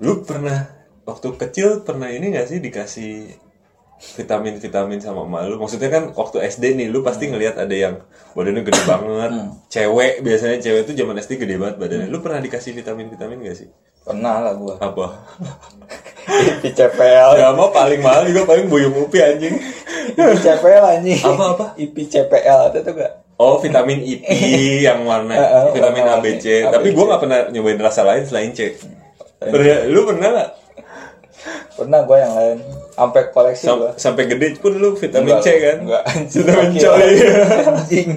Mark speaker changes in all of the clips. Speaker 1: dulu pernah waktu kecil pernah ini gak sih dikasih vitamin-vitamin sama emak lu? Maksudnya kan waktu SD nih lu pasti
Speaker 2: Hmm.
Speaker 1: ngelihat ada yang badannya gede banget. Cewek biasanya cewek itu zaman SD gede banget badannya.
Speaker 2: Hmm.
Speaker 1: Lu pernah dikasih vitamin-vitamin gak sih?
Speaker 2: Pernah lah gua.
Speaker 1: Apa?
Speaker 2: Di CPL,
Speaker 1: Gak mau paling mahal juga paling buyung upi anjing.
Speaker 2: IP CPL anjing.
Speaker 1: Apa, apa?
Speaker 2: IP CPL itu tuh gak?
Speaker 1: Oh, vitamin IP yang warna
Speaker 2: Eh, eh,
Speaker 1: vitamin
Speaker 2: warna
Speaker 1: ABC.
Speaker 2: warni.
Speaker 1: Tapi
Speaker 2: ABC.
Speaker 1: gua nggak pernah nyobain rasa lain selain
Speaker 2: Eh.
Speaker 1: C. Pernah- lu pernah nggak?
Speaker 2: Pernah gua yang lain. Sampai koleksi
Speaker 1: Sam-
Speaker 2: gua.
Speaker 1: sampai gede pun lu vitamin
Speaker 2: Enggak,
Speaker 1: C kan?
Speaker 2: Enggak anjing.
Speaker 1: Vitamin C.
Speaker 2: Gila,
Speaker 1: iya.
Speaker 2: Anjing.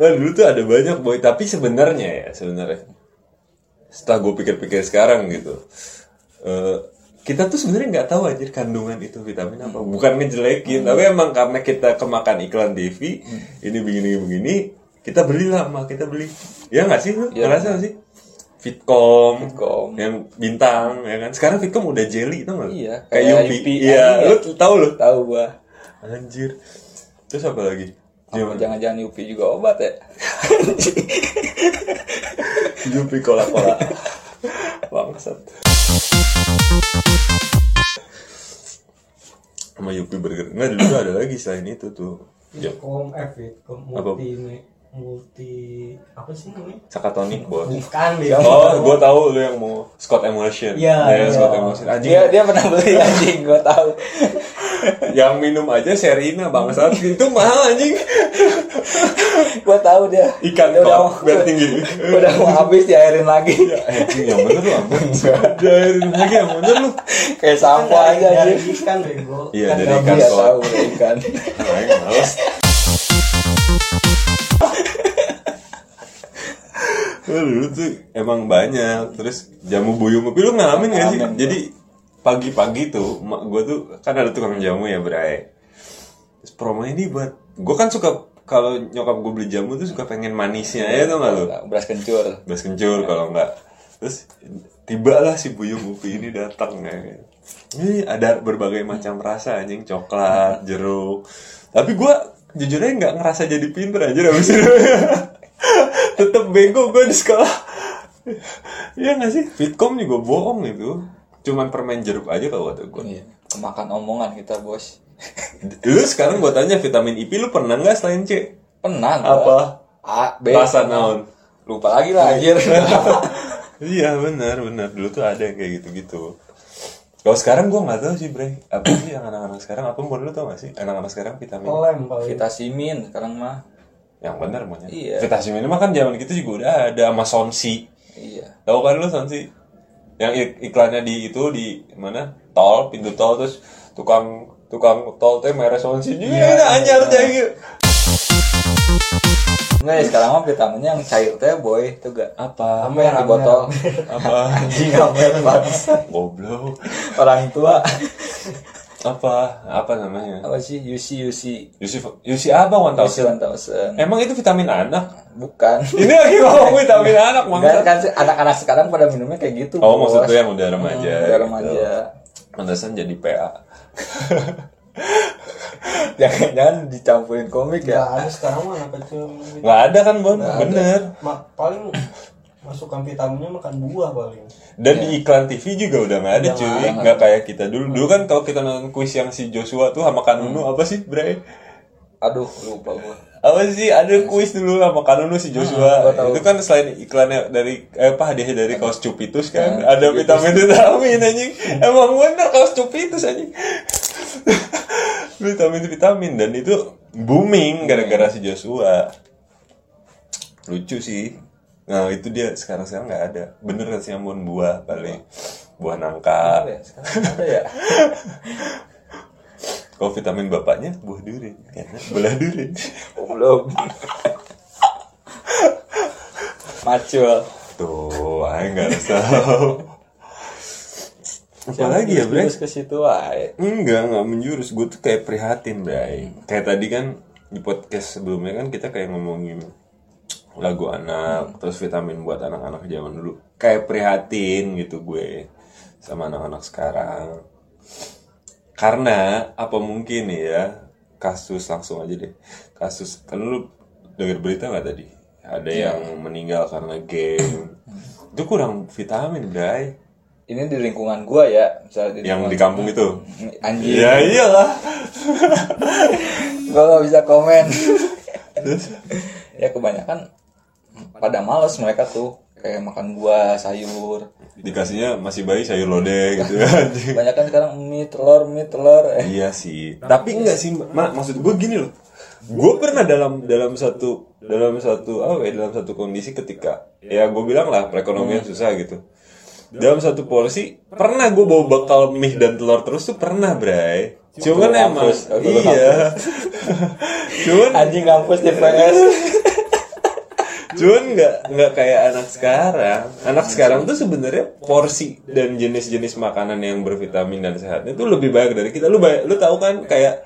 Speaker 1: Nah, dulu tuh ada banyak boy, tapi sebenarnya ya sebenarnya setelah gue pikir-pikir sekarang gitu, eh, kita tuh sebenarnya nggak tahu anjir kandungan itu vitamin
Speaker 2: Hmm.
Speaker 1: apa. Bukan ngejelekin, tapi emang karena kita kemakan iklan TV,
Speaker 2: Hmm.
Speaker 1: ini begini-begini, kita belilah mah kita beli. Ya nggak sih, lu
Speaker 2: Iya.
Speaker 1: ngerasa nggak sih? Fitcom,
Speaker 2: Fitcom.
Speaker 1: yang bintang, ya kan? Sekarang Fitcom udah jelly tuh nggak? lu?
Speaker 2: Iya,
Speaker 1: kayak
Speaker 2: kayak
Speaker 1: Yupi.
Speaker 2: Yupi.
Speaker 1: Iya,
Speaker 2: Anjing,
Speaker 1: lu
Speaker 2: ya.
Speaker 1: tahu lu?
Speaker 2: Tahu gua.
Speaker 1: Anjir. Terus apa lagi?
Speaker 2: Apa Jangan-jangan Yupi juga obat ya?
Speaker 1: Yupi kola-kola. Bangsat. Sama Yupi Burger. Nggak, dulu tuh ada lagi selain itu tuh. Ya,
Speaker 3: Kom F ya, kom
Speaker 1: Apa?
Speaker 3: multi multi apa sih namanya?
Speaker 1: Sakatonik bos.
Speaker 3: Bukan ya.
Speaker 1: Oh, gue tahu lu yang mau Scott Emulsion.
Speaker 3: Iya, iya.
Speaker 1: Scott Emulsion. Anjing,
Speaker 2: dia dia pernah beli anjing, gua tahu.
Speaker 1: yang minum aja Serina bangsat. itu mahal anjing.
Speaker 2: Gua tahu dia.
Speaker 1: Ikan
Speaker 2: dia udah
Speaker 1: top,
Speaker 2: mau
Speaker 1: biar tinggi. Iya.
Speaker 2: udah mau habis diairin lagi.
Speaker 1: Ya, Anjing yang bener lu ampun. Dari lagi yang bener lu.
Speaker 2: Kayak sampo aja
Speaker 3: dari
Speaker 2: anjing.
Speaker 3: ikan bego.
Speaker 1: Iya,
Speaker 3: Ikan
Speaker 1: dari Iya,
Speaker 3: gabus.
Speaker 1: ikan
Speaker 2: Iya
Speaker 1: soal.
Speaker 2: tahu udah ikan.
Speaker 1: Ay, males. Lu dulu tuh emang banyak terus jamu buyung tapi lu ngalamin gak sih
Speaker 2: Ngalamin.
Speaker 1: jadi pagi-pagi tuh emak gue tuh kan ada tukang jamu ya bray terus promo ini buat gue kan suka kalau nyokap gue beli jamu tuh suka pengen manisnya ya tuh nggak lu
Speaker 2: Nah, Beras kencur.
Speaker 1: Bas kencur kalau enggak. Terus tibalah si Buyung Upi ini datang ya. kan. Ini ada berbagai macam rasa anjing coklat, jeruk. Tapi gua jujur aja nggak ngerasa jadi pinter aja abis itu. Tetep bego gua di sekolah. Iya nggak sih? Fitcom juga bohong itu. Cuman permen jeruk aja kalau kata gua.
Speaker 2: Iya. Kemakan omongan kita, Bos.
Speaker 1: Lu sekarang gua tanya vitamin IP lu pernah nggak selain C?
Speaker 2: Pernah gua.
Speaker 1: Apa?
Speaker 2: A, B.
Speaker 1: Rasa naon?
Speaker 2: Lupa lagi lah anjir.
Speaker 1: Iya benar benar dulu tuh ada yang kayak gitu gitu. Kalau sekarang gua nggak tahu sih Bray apa sih yang anak-anak sekarang apa menurut lu tau gak sih anak-anak sekarang vitamin
Speaker 3: Pelem paling.
Speaker 2: kita simin sekarang mah.
Speaker 1: yang benar maunya
Speaker 2: Iya.
Speaker 1: vitamin ini mah kan zaman kita juga udah ada sama sonsi
Speaker 2: Iya.
Speaker 1: tahu kan lu sonsi yang ik- iklannya di itu di mana tol pintu tol terus tukang tukang tol teh merek sonsi juga enak anjir kayak gitu.
Speaker 2: Enggak ya sekarang mah vitaminnya yang cair teh boy itu gak
Speaker 1: apa
Speaker 2: apa yang di botol
Speaker 1: apa
Speaker 2: anjing amer bangsa
Speaker 1: goblok
Speaker 2: orang tua
Speaker 1: apa apa namanya
Speaker 2: apa sih UC UC
Speaker 1: Yusuf Yusuf apa one
Speaker 2: UC
Speaker 1: thousand
Speaker 2: 1000
Speaker 1: emang itu vitamin anak
Speaker 2: bukan
Speaker 1: Ini lagi ngomong vitamin anak
Speaker 2: Enggak
Speaker 1: bangsa.
Speaker 2: kan sih, anak-anak sekarang pada minumnya kayak gitu
Speaker 1: Oh
Speaker 2: Bos.
Speaker 1: maksud lu yang udah remaja.
Speaker 2: Hmm, udah remaja
Speaker 1: Gitu. Pantesan jadi PA.
Speaker 2: jangan-jangan dicampurin komik
Speaker 3: Nggak
Speaker 2: ya
Speaker 3: ada sekarang mah anak kecil.
Speaker 1: Nggak ada kan Bon? Bener.
Speaker 3: Ma- paling masukkan vitaminnya makan buah paling.
Speaker 1: Dan di iklan TV juga Iya. udah nggak ada
Speaker 2: Udah
Speaker 1: cuy.
Speaker 2: nggak ada.
Speaker 1: Nggak kayak kita dulu. Dulu kan kalau kita nonton kuis yang si Joshua tuh sama Kanunu apa sih Bre?
Speaker 2: aduh lupa gua
Speaker 1: Apa sih ada kuis dulu sama Kanunu si Joshua.
Speaker 2: Ah, gua tahu.
Speaker 1: itu kan selain iklannya dari eh, apa hadiah dari kaos Cupitus kan
Speaker 2: Hmm,
Speaker 1: ada
Speaker 2: Cupitus.
Speaker 1: vitamin vitamin anjing. Emang bener kaos Cupitus anjing. vitamin vitamin dan itu booming gara-gara si Joshua. lucu sih nah itu dia sekarang sekarang nggak ada bener kan sih ambon buah paling buah
Speaker 2: Apa
Speaker 1: nangka
Speaker 2: ya? sekarang ada ya
Speaker 1: kalau vitamin bapaknya buah duri Karena belah duri
Speaker 2: Oh, belum macul
Speaker 1: tuh ayo nggak harus tahu apa lagi ya bre
Speaker 2: Terus ke situ wae
Speaker 1: enggak nggak menjurus gue tuh kayak prihatin bre kayak tadi kan di podcast sebelumnya kan kita kayak ngomongin lagu anak terus vitamin buat anak-anak zaman dulu kayak prihatin gitu gue sama anak-anak sekarang karena apa mungkin ya kasus langsung aja deh kasus kan lu denger berita nggak tadi ada yang meninggal karena game itu kurang vitamin bray
Speaker 2: ini di lingkungan gua ya misalnya di
Speaker 1: yang
Speaker 2: lingkungan-
Speaker 1: di kampung itu
Speaker 2: anjing
Speaker 1: ya iyalah
Speaker 2: gua gak bisa komen
Speaker 1: Terus,
Speaker 2: ya kebanyakan pada males mereka tuh kayak makan buah sayur
Speaker 1: dikasihnya masih bayi sayur lodeh gitu anjing
Speaker 2: kebanyakan sekarang mie telur mie telur eh
Speaker 1: Iya sih. Tapi enggak sih, Ma, maksud gue gini loh. Gue pernah dalam dalam satu dalam satu apa ya, dalam satu kondisi ketika ya gue bilang lah perekonomian susah gitu. Dalam satu porsi pernah gue bawa bakal mie dan telur terus tuh pernah, Bray. Cuman
Speaker 2: Telur
Speaker 1: emang
Speaker 2: kampus, telur
Speaker 1: iya. cuman
Speaker 2: anjing kampus di PS
Speaker 1: cuman nggak nggak kayak anak sekarang. Anak sekarang tuh sebenarnya porsi dan jenis-jenis makanan yang bervitamin dan sehat itu lebih banyak dari kita. Lu bay- lu tahu kan kayak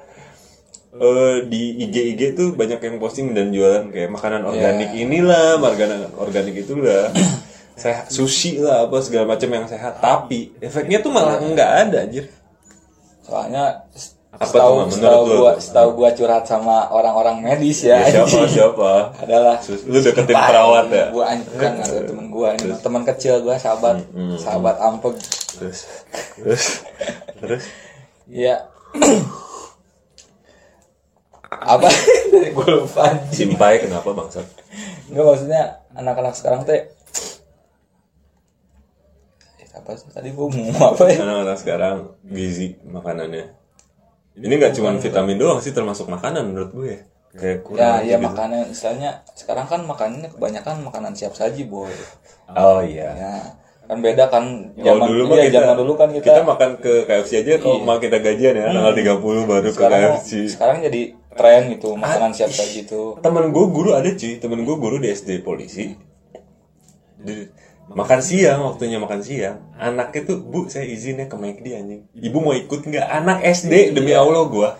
Speaker 1: eh, di IG IG tuh banyak yang posting dan jualan kayak makanan organik inilah, makanan organik itulah. sehat sushi lah apa segala macam yang sehat tapi efeknya tuh malah nggak ada anjir
Speaker 2: soalnya
Speaker 1: Apa tuh,
Speaker 2: setahu
Speaker 1: Mam? Menurut
Speaker 2: setahu
Speaker 1: lu?
Speaker 2: gua setahu gua curhat sama orang-orang medis ya,
Speaker 1: ya, siapa
Speaker 2: anjing.
Speaker 1: siapa
Speaker 2: adalah
Speaker 1: Sus- lu deketin perawat ya
Speaker 2: gua anjing kan ada temen gua ini teman kecil gua sahabat
Speaker 1: Hmm,
Speaker 2: sahabat ampeg
Speaker 1: terus terus terus
Speaker 2: ya apa dari gua lupa anjing.
Speaker 1: simpai kenapa bangsat
Speaker 2: Enggak maksudnya anak-anak sekarang teh Eh, apa sih? tadi gua mau apa ya?
Speaker 1: anak-anak Iya, nah, sekarang gizi makanannya ini nggak cuma vitamin doang sih termasuk makanan menurut gue ya kayak
Speaker 2: Ya,
Speaker 1: kurang
Speaker 2: ya
Speaker 1: gitu.
Speaker 2: makanan istilahnya sekarang kan makanannya kebanyakan makanan siap saji, boy.
Speaker 1: oh iya
Speaker 2: Ya, kan beda kan
Speaker 1: Kalau
Speaker 2: zaman
Speaker 1: Oh, dulu mah
Speaker 2: iya,
Speaker 1: kita,
Speaker 2: zaman dulu kan kita, Iya.
Speaker 1: kita makan ke KFC aja kalau emak kita gajian ya tanggal 30 baru ke
Speaker 2: sekarang
Speaker 1: KFC.
Speaker 2: sekarang jadi tren gitu makanan siap gitu. saji itu.
Speaker 1: Temen gue guru ada cuy, temen gue guru di SD polisi. Di- makan siang waktunya makan siang. Anaknya tuh, "Bu, saya izinnya ke McD anjing. Ibu mau ikut nggak?" Anak SD
Speaker 2: Iya.
Speaker 1: demi Allah gua.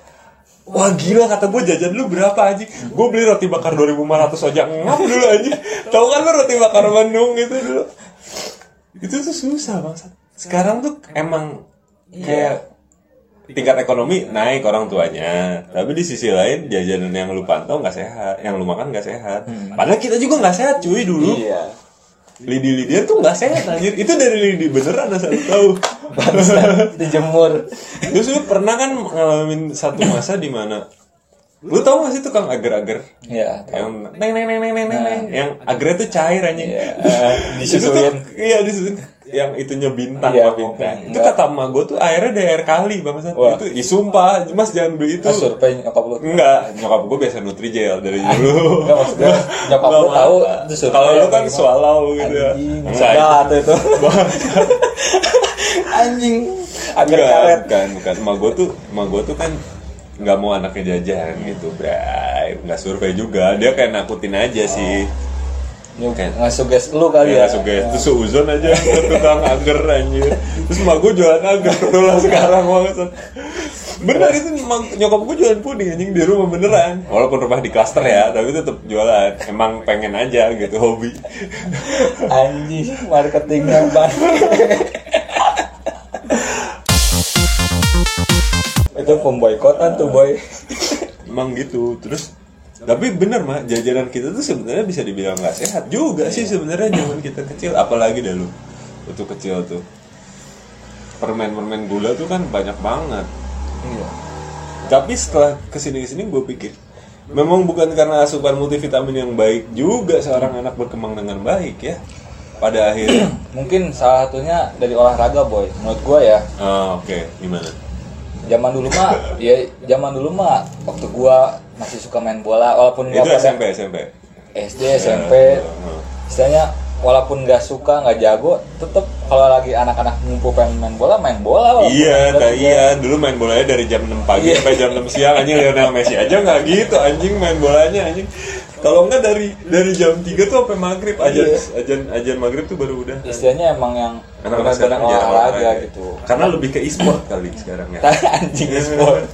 Speaker 1: Wah gila kata gue jajan lu berapa anjing Gue beli roti bakar 2500 aja Ngap dulu anjing Tau kan lu roti bakar Bandung gitu dulu Itu tuh susah bangsat Sekarang tuh emang Kayak tingkat ekonomi naik orang tuanya tapi di sisi lain jajanan yang lu pantau nggak sehat yang lu makan nggak sehat padahal kita juga nggak sehat cuy dulu
Speaker 2: Iya.
Speaker 1: lidi lidian tuh nggak sehat anjir itu dari lidi beneran asal lu tahu
Speaker 2: Bangsat, dijemur.
Speaker 1: terus lu pernah kan ngalamin satu masa di mana lu tau gak sih tukang agar-agar
Speaker 2: Iya.
Speaker 1: yang neng neng neng neng neng neng, neng. yang agar itu cair anjing
Speaker 2: Nah, Iya.
Speaker 1: Itu tuh-
Speaker 2: Disusuin.
Speaker 1: iya disusuin yang itunya bintang Pak,
Speaker 2: Iya,
Speaker 1: bintang
Speaker 2: bintang.
Speaker 1: itu kata emak gue tuh airnya dari air kali bang
Speaker 2: Wah.
Speaker 1: itu ih, sumpah mas jangan beli itu
Speaker 2: Terus survei nyokap lu.
Speaker 1: Enggak, nyokap gue biasa Nutrijel dari dulu.
Speaker 2: Enggak, maksudnya nyokap
Speaker 1: Enggak
Speaker 2: lu tahu
Speaker 1: apa.
Speaker 2: itu survei
Speaker 1: Kalau lu
Speaker 2: apa
Speaker 1: kan
Speaker 2: gimana?
Speaker 1: swallow gitu ya.
Speaker 2: Anjing,
Speaker 1: Enggak,
Speaker 2: enggak tuh itu. Anjing, agar
Speaker 1: Enggak,
Speaker 2: karet.
Speaker 1: bukan, bukan. Emak gue tuh, emak gue tuh kan nggak mau anaknya jajan gitu, bray. Nggak survei juga, dia kayak nakutin aja sih.
Speaker 2: Nggak suges lu kali
Speaker 1: Kayak
Speaker 2: ya.
Speaker 1: langsung kayak itu seuzon aja ke tukang agar anjir. Terus emak gue jualan agar tuh lah sekarang banget. Bener itu emang nyokap gue jualan puding anjing di rumah beneran. Walaupun rumah di klaster ya, tapi tetap jualan. Emang pengen aja gitu hobi.
Speaker 2: Anjing, marketing yang banget. itu pemboikotan tuh boy.
Speaker 1: Emang gitu. Terus tapi bener mah jajanan kita tuh sebenarnya bisa dibilang nggak sehat juga sih sebenarnya zaman kita kecil apalagi dah lu waktu kecil tuh permen-permen gula tuh kan banyak banget
Speaker 2: Iya.
Speaker 1: tapi setelah kesini kesini gue pikir memang bukan karena asupan multivitamin yang baik juga seorang anak berkembang dengan baik ya pada akhirnya
Speaker 2: Mungkin salah satunya dari olahraga boy. Menurut gua ya,
Speaker 1: Ah, oke gimana
Speaker 2: zaman dulu mah, ya zaman dulu mah waktu gua masih suka main bola walaupun
Speaker 1: itu
Speaker 2: gua pada-
Speaker 1: SMP Iya, SMP
Speaker 2: SD, SMP,
Speaker 1: Heeh.
Speaker 2: istilahnya walaupun nggak suka nggak jago tetep kalau lagi anak-anak ngumpul pengen main bola main bola walaupun
Speaker 1: Iya,
Speaker 2: nggak
Speaker 1: tak
Speaker 2: jago.
Speaker 1: iya. Dulu main bolanya dari jam 6 pagi
Speaker 2: Oh. Iya.
Speaker 1: sampai jam 6 siang anjing Lionel Messi aja nggak gitu anjing main bolanya anjing. Kalau nggak dari dari jam 3 tuh sampai maghrib aja
Speaker 2: Iya.
Speaker 1: ajan ajan maghrib tuh baru udah.
Speaker 2: istilahnya emang yang
Speaker 1: Anak-anak
Speaker 2: benar-benar
Speaker 1: sekarang jarang
Speaker 2: Iya. olahraga
Speaker 1: olahraga.
Speaker 2: gitu
Speaker 1: Karena lebih ke e-sport kali sekarang ya.
Speaker 2: anjing sport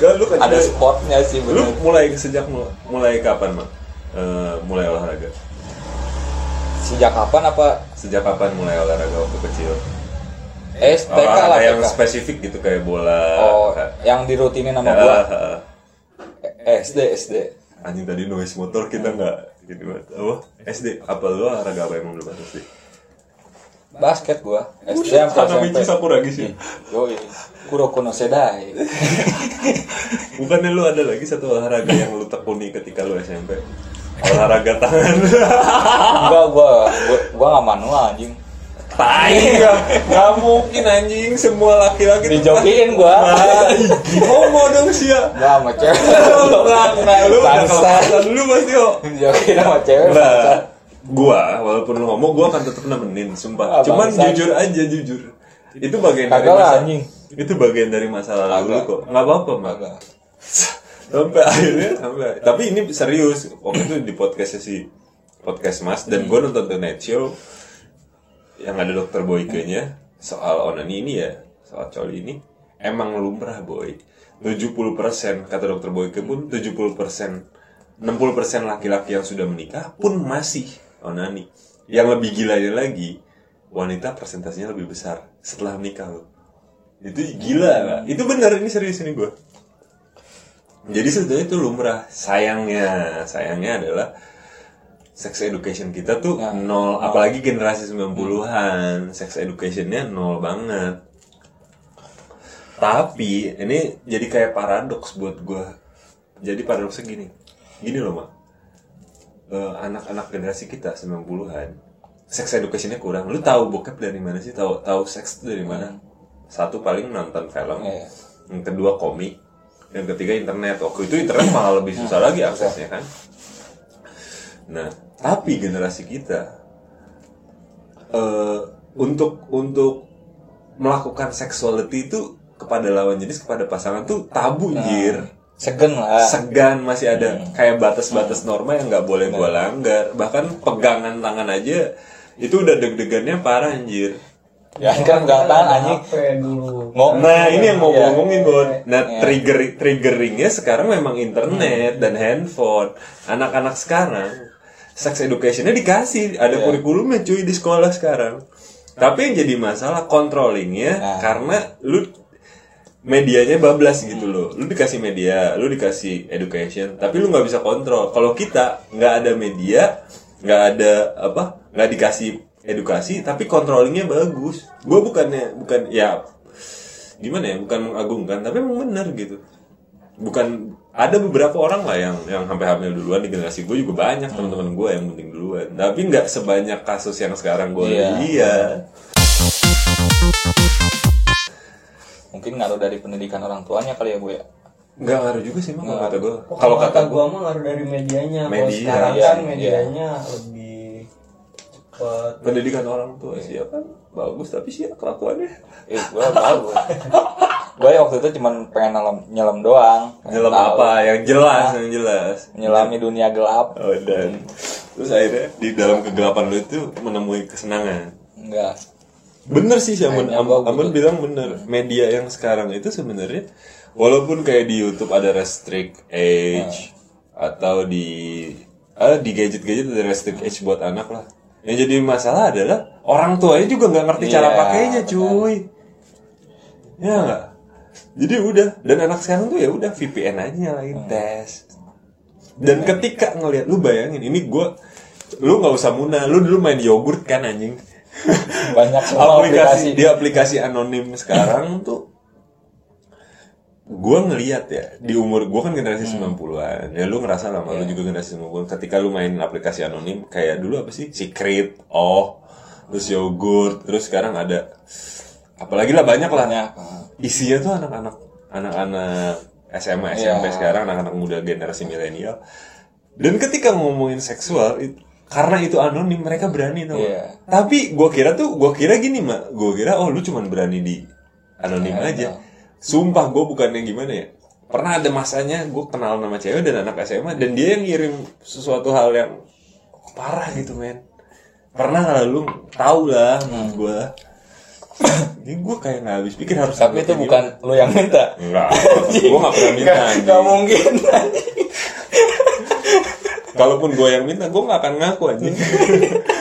Speaker 1: Dan lu kan
Speaker 2: ada sportnya sih
Speaker 1: lu
Speaker 2: bener
Speaker 1: mulai sejak mul- mulai kapan, Mak? Eh, mulai olahraga.
Speaker 2: sejak kapan apa
Speaker 1: Sejak kapan mulai olahraga waktu kecil?
Speaker 2: eh TK
Speaker 1: Olahraga
Speaker 2: lah
Speaker 1: yang
Speaker 2: TK
Speaker 1: spesifik gitu kayak bola.
Speaker 2: oh yang dirutinin sama
Speaker 1: Ya,
Speaker 2: gua
Speaker 1: heeh.
Speaker 2: Eh, SD SD
Speaker 1: anjing tadi noise motor
Speaker 2: Iya.
Speaker 1: kita nggak gini banget apa SD apa lu olahraga apa emang lu pas SD
Speaker 2: Basket gua. SD
Speaker 1: Buset,
Speaker 2: sampai
Speaker 1: Hanamichi
Speaker 2: SMP.
Speaker 1: Sakuragi sih.
Speaker 2: Yoi. Kuroko no Sedai.
Speaker 1: bukannya lu ada lagi satu olahraga yang lu tekuni ketika lu SMP olahraga tangan
Speaker 2: Enggak gua, gua gua nggak manual anjing.
Speaker 1: tai nggak nggak mungkin anjing semua laki-laki tuh
Speaker 2: Dijokiin gua.
Speaker 1: Tai, homo dong sia
Speaker 2: Enggak sama cewek.
Speaker 1: lu udah
Speaker 2: Bangsa.
Speaker 1: kelapasan lu pasti kok
Speaker 2: Dijokiin sama cewek. bangsa.
Speaker 1: Nah, gua walaupun lu ngomong gua akan tetap nemenin sumpah
Speaker 2: Ah,
Speaker 1: cuman
Speaker 2: bangsat.
Speaker 1: jujur aja jujur itu bagian dari
Speaker 2: Kagak lah,
Speaker 1: masa
Speaker 2: anjing.
Speaker 1: itu bagian dari masa lalu
Speaker 2: Kagak.
Speaker 1: kok nggak apa-apa mak
Speaker 2: Kagak.
Speaker 1: sampai akhirnya sampai tapi ini serius waktu itu di podcastnya si podcast mas dan gue nonton The Night Show yang ada dokter Boyke nya soal onani ini ya soal coli ini emang lumrah boy 70% kata dokter Boyke pun 70% 60% laki-laki yang sudah menikah pun masih onani yang lebih gilanya lagi wanita persentasenya lebih besar setelah menikah loh itu gila nggak? itu benar ini serius ini gue jadi sebetulnya itu lumrah. Sayangnya, sayangnya adalah sex education kita tuh
Speaker 2: Ya.
Speaker 1: nol, apalagi generasi 90-an, sex educationnya nol banget. Tapi ini jadi kayak paradoks buat gua. Jadi paradoksnya gini. Gini loh, Mak. Eh, anak-anak generasi kita 90-an sex educationnya kurang. Lu tahu bokep dari mana sih? Tahu tahu seks itu dari mana? Satu paling nonton film.
Speaker 2: Iya.
Speaker 1: Yang kedua komik. Yang ketiga internet. Waktu itu internet malah lebih susah lagi aksesnya kan. Nah, tapi generasi kita eh untuk untuk melakukan sexuality itu kepada lawan jenis kepada pasangan tuh tabu jir
Speaker 2: Segen lah.
Speaker 1: segan masih
Speaker 2: Iya.
Speaker 1: ada kayak batas-batas
Speaker 2: Hmm.
Speaker 1: norma yang nggak boleh gua langgar bahkan pegangan tangan aja itu udah deg-degannya parah anjir
Speaker 2: Ya kan enggak tahan anjing.
Speaker 3: HP dulu.
Speaker 2: Ngomong
Speaker 1: nah ini yang mau
Speaker 2: Iya.
Speaker 1: gua ngomongin Bon nah trigger triggeringnya sekarang memang internet
Speaker 2: Hmm.
Speaker 1: dan handphone anak-anak sekarang sex educationnya dikasih ada
Speaker 2: Iya.
Speaker 1: kurikulumnya cuy di sekolah sekarang tapi yang jadi masalah controllingnya
Speaker 2: Nah.
Speaker 1: karena lu medianya bablas gitu loh lu dikasih media lu dikasih education tapi lu nggak bisa kontrol kalau kita nggak ada media nggak ada apa nggak dikasih edukasi tapi controllingnya bagus gue bukannya bukan ya gimana ya bukan mengagungkan tapi emang bener gitu bukan ada beberapa orang lah yang yang sampai hamil duluan di generasi gue juga banyak teman-teman gue yang penting duluan tapi nggak sebanyak kasus yang sekarang gue
Speaker 2: Iya.
Speaker 1: lihat
Speaker 2: Mungkin ngaruh dari pendidikan orang tuanya kali ya, Bu ya.
Speaker 1: nggak ngaruh juga sih emang kalau kata gue
Speaker 3: Oh,
Speaker 1: kalau kata gue
Speaker 3: gua mah ngaruh dari medianya. Kalau
Speaker 1: Media.
Speaker 3: sekarang
Speaker 2: Iya,
Speaker 3: kan
Speaker 2: iya.
Speaker 3: medianya lebih cepat.
Speaker 1: pendidikan orang tua sih ya kan bagus tapi sih ya kelakuannya
Speaker 2: Eh, gua tahu. gua. Gua ya waktu itu cuman pengen nyelam, nyelam doang. Pengen
Speaker 1: nyelam
Speaker 2: tahu.
Speaker 1: apa yang jelas yang jelas
Speaker 2: Menyelami dunia gelap.
Speaker 1: oh, dan terus akhirnya di dalam kegelapan lu itu menemui kesenangan
Speaker 2: Enggak.
Speaker 1: Bener sih sih Amun.
Speaker 2: Mainnya
Speaker 1: Am-
Speaker 2: bagus.
Speaker 1: Amun bilang bener. Media yang sekarang itu sebenarnya walaupun kayak di YouTube ada restrict age
Speaker 2: Ah.
Speaker 1: atau di ah, di gadget-gadget ada restrict age buat anak lah. Yang jadi masalah adalah orang tuanya juga nggak ngerti cara
Speaker 2: Iya,
Speaker 1: pakainya,
Speaker 2: benar.
Speaker 1: cuy. Ya nggak. Jadi udah dan anak sekarang tuh ya udah VPN aja
Speaker 2: Ah.
Speaker 1: nyalain tes. Dan ketika ngelihat lu bayangin ini gua lu nggak usah muna, lu dulu main yogurt kan anjing.
Speaker 2: Banyak semua
Speaker 1: aplikasi
Speaker 2: aplikasi.
Speaker 1: di aplikasi anonim sekarang tuh gue ngeliat ya di umur gue kan generasi 90-an ya lu ngerasa lama lu juga generasi 90-an ketika lu main aplikasi anonim kayak dulu apa sih secret oh terus yogurt terus sekarang ada apalagi lah banyak lah
Speaker 2: Banyak.
Speaker 1: isinya tuh anak-anak anak-anak SMA SMP
Speaker 2: Iya.
Speaker 1: sekarang anak-anak muda generasi milenial dan ketika ngomongin seksual it- karena itu anonim mereka berani tuh
Speaker 2: Iya.
Speaker 1: tapi gua kira tuh gua kira gini mak gua kira oh lu cuman berani di anonim
Speaker 2: Iya,
Speaker 1: aja
Speaker 2: iya.
Speaker 1: sumpah gua bukannya gimana ya pernah ada masanya gue kenal nama cewek dan anak SMA dan dia yang ngirim sesuatu hal yang parah gitu men pernah lah lu tahu lah menurut gua ini gue kayak nggak habis pikir harus
Speaker 2: Tapi itu
Speaker 1: kayak
Speaker 2: bukan lu yang minta.
Speaker 1: Enggak, gue gak pernah minta
Speaker 2: Enggak,
Speaker 1: anjing.
Speaker 2: enggak mungkin. anjing.
Speaker 1: Kalaupun gue yang minta, gue gak akan ngaku anjing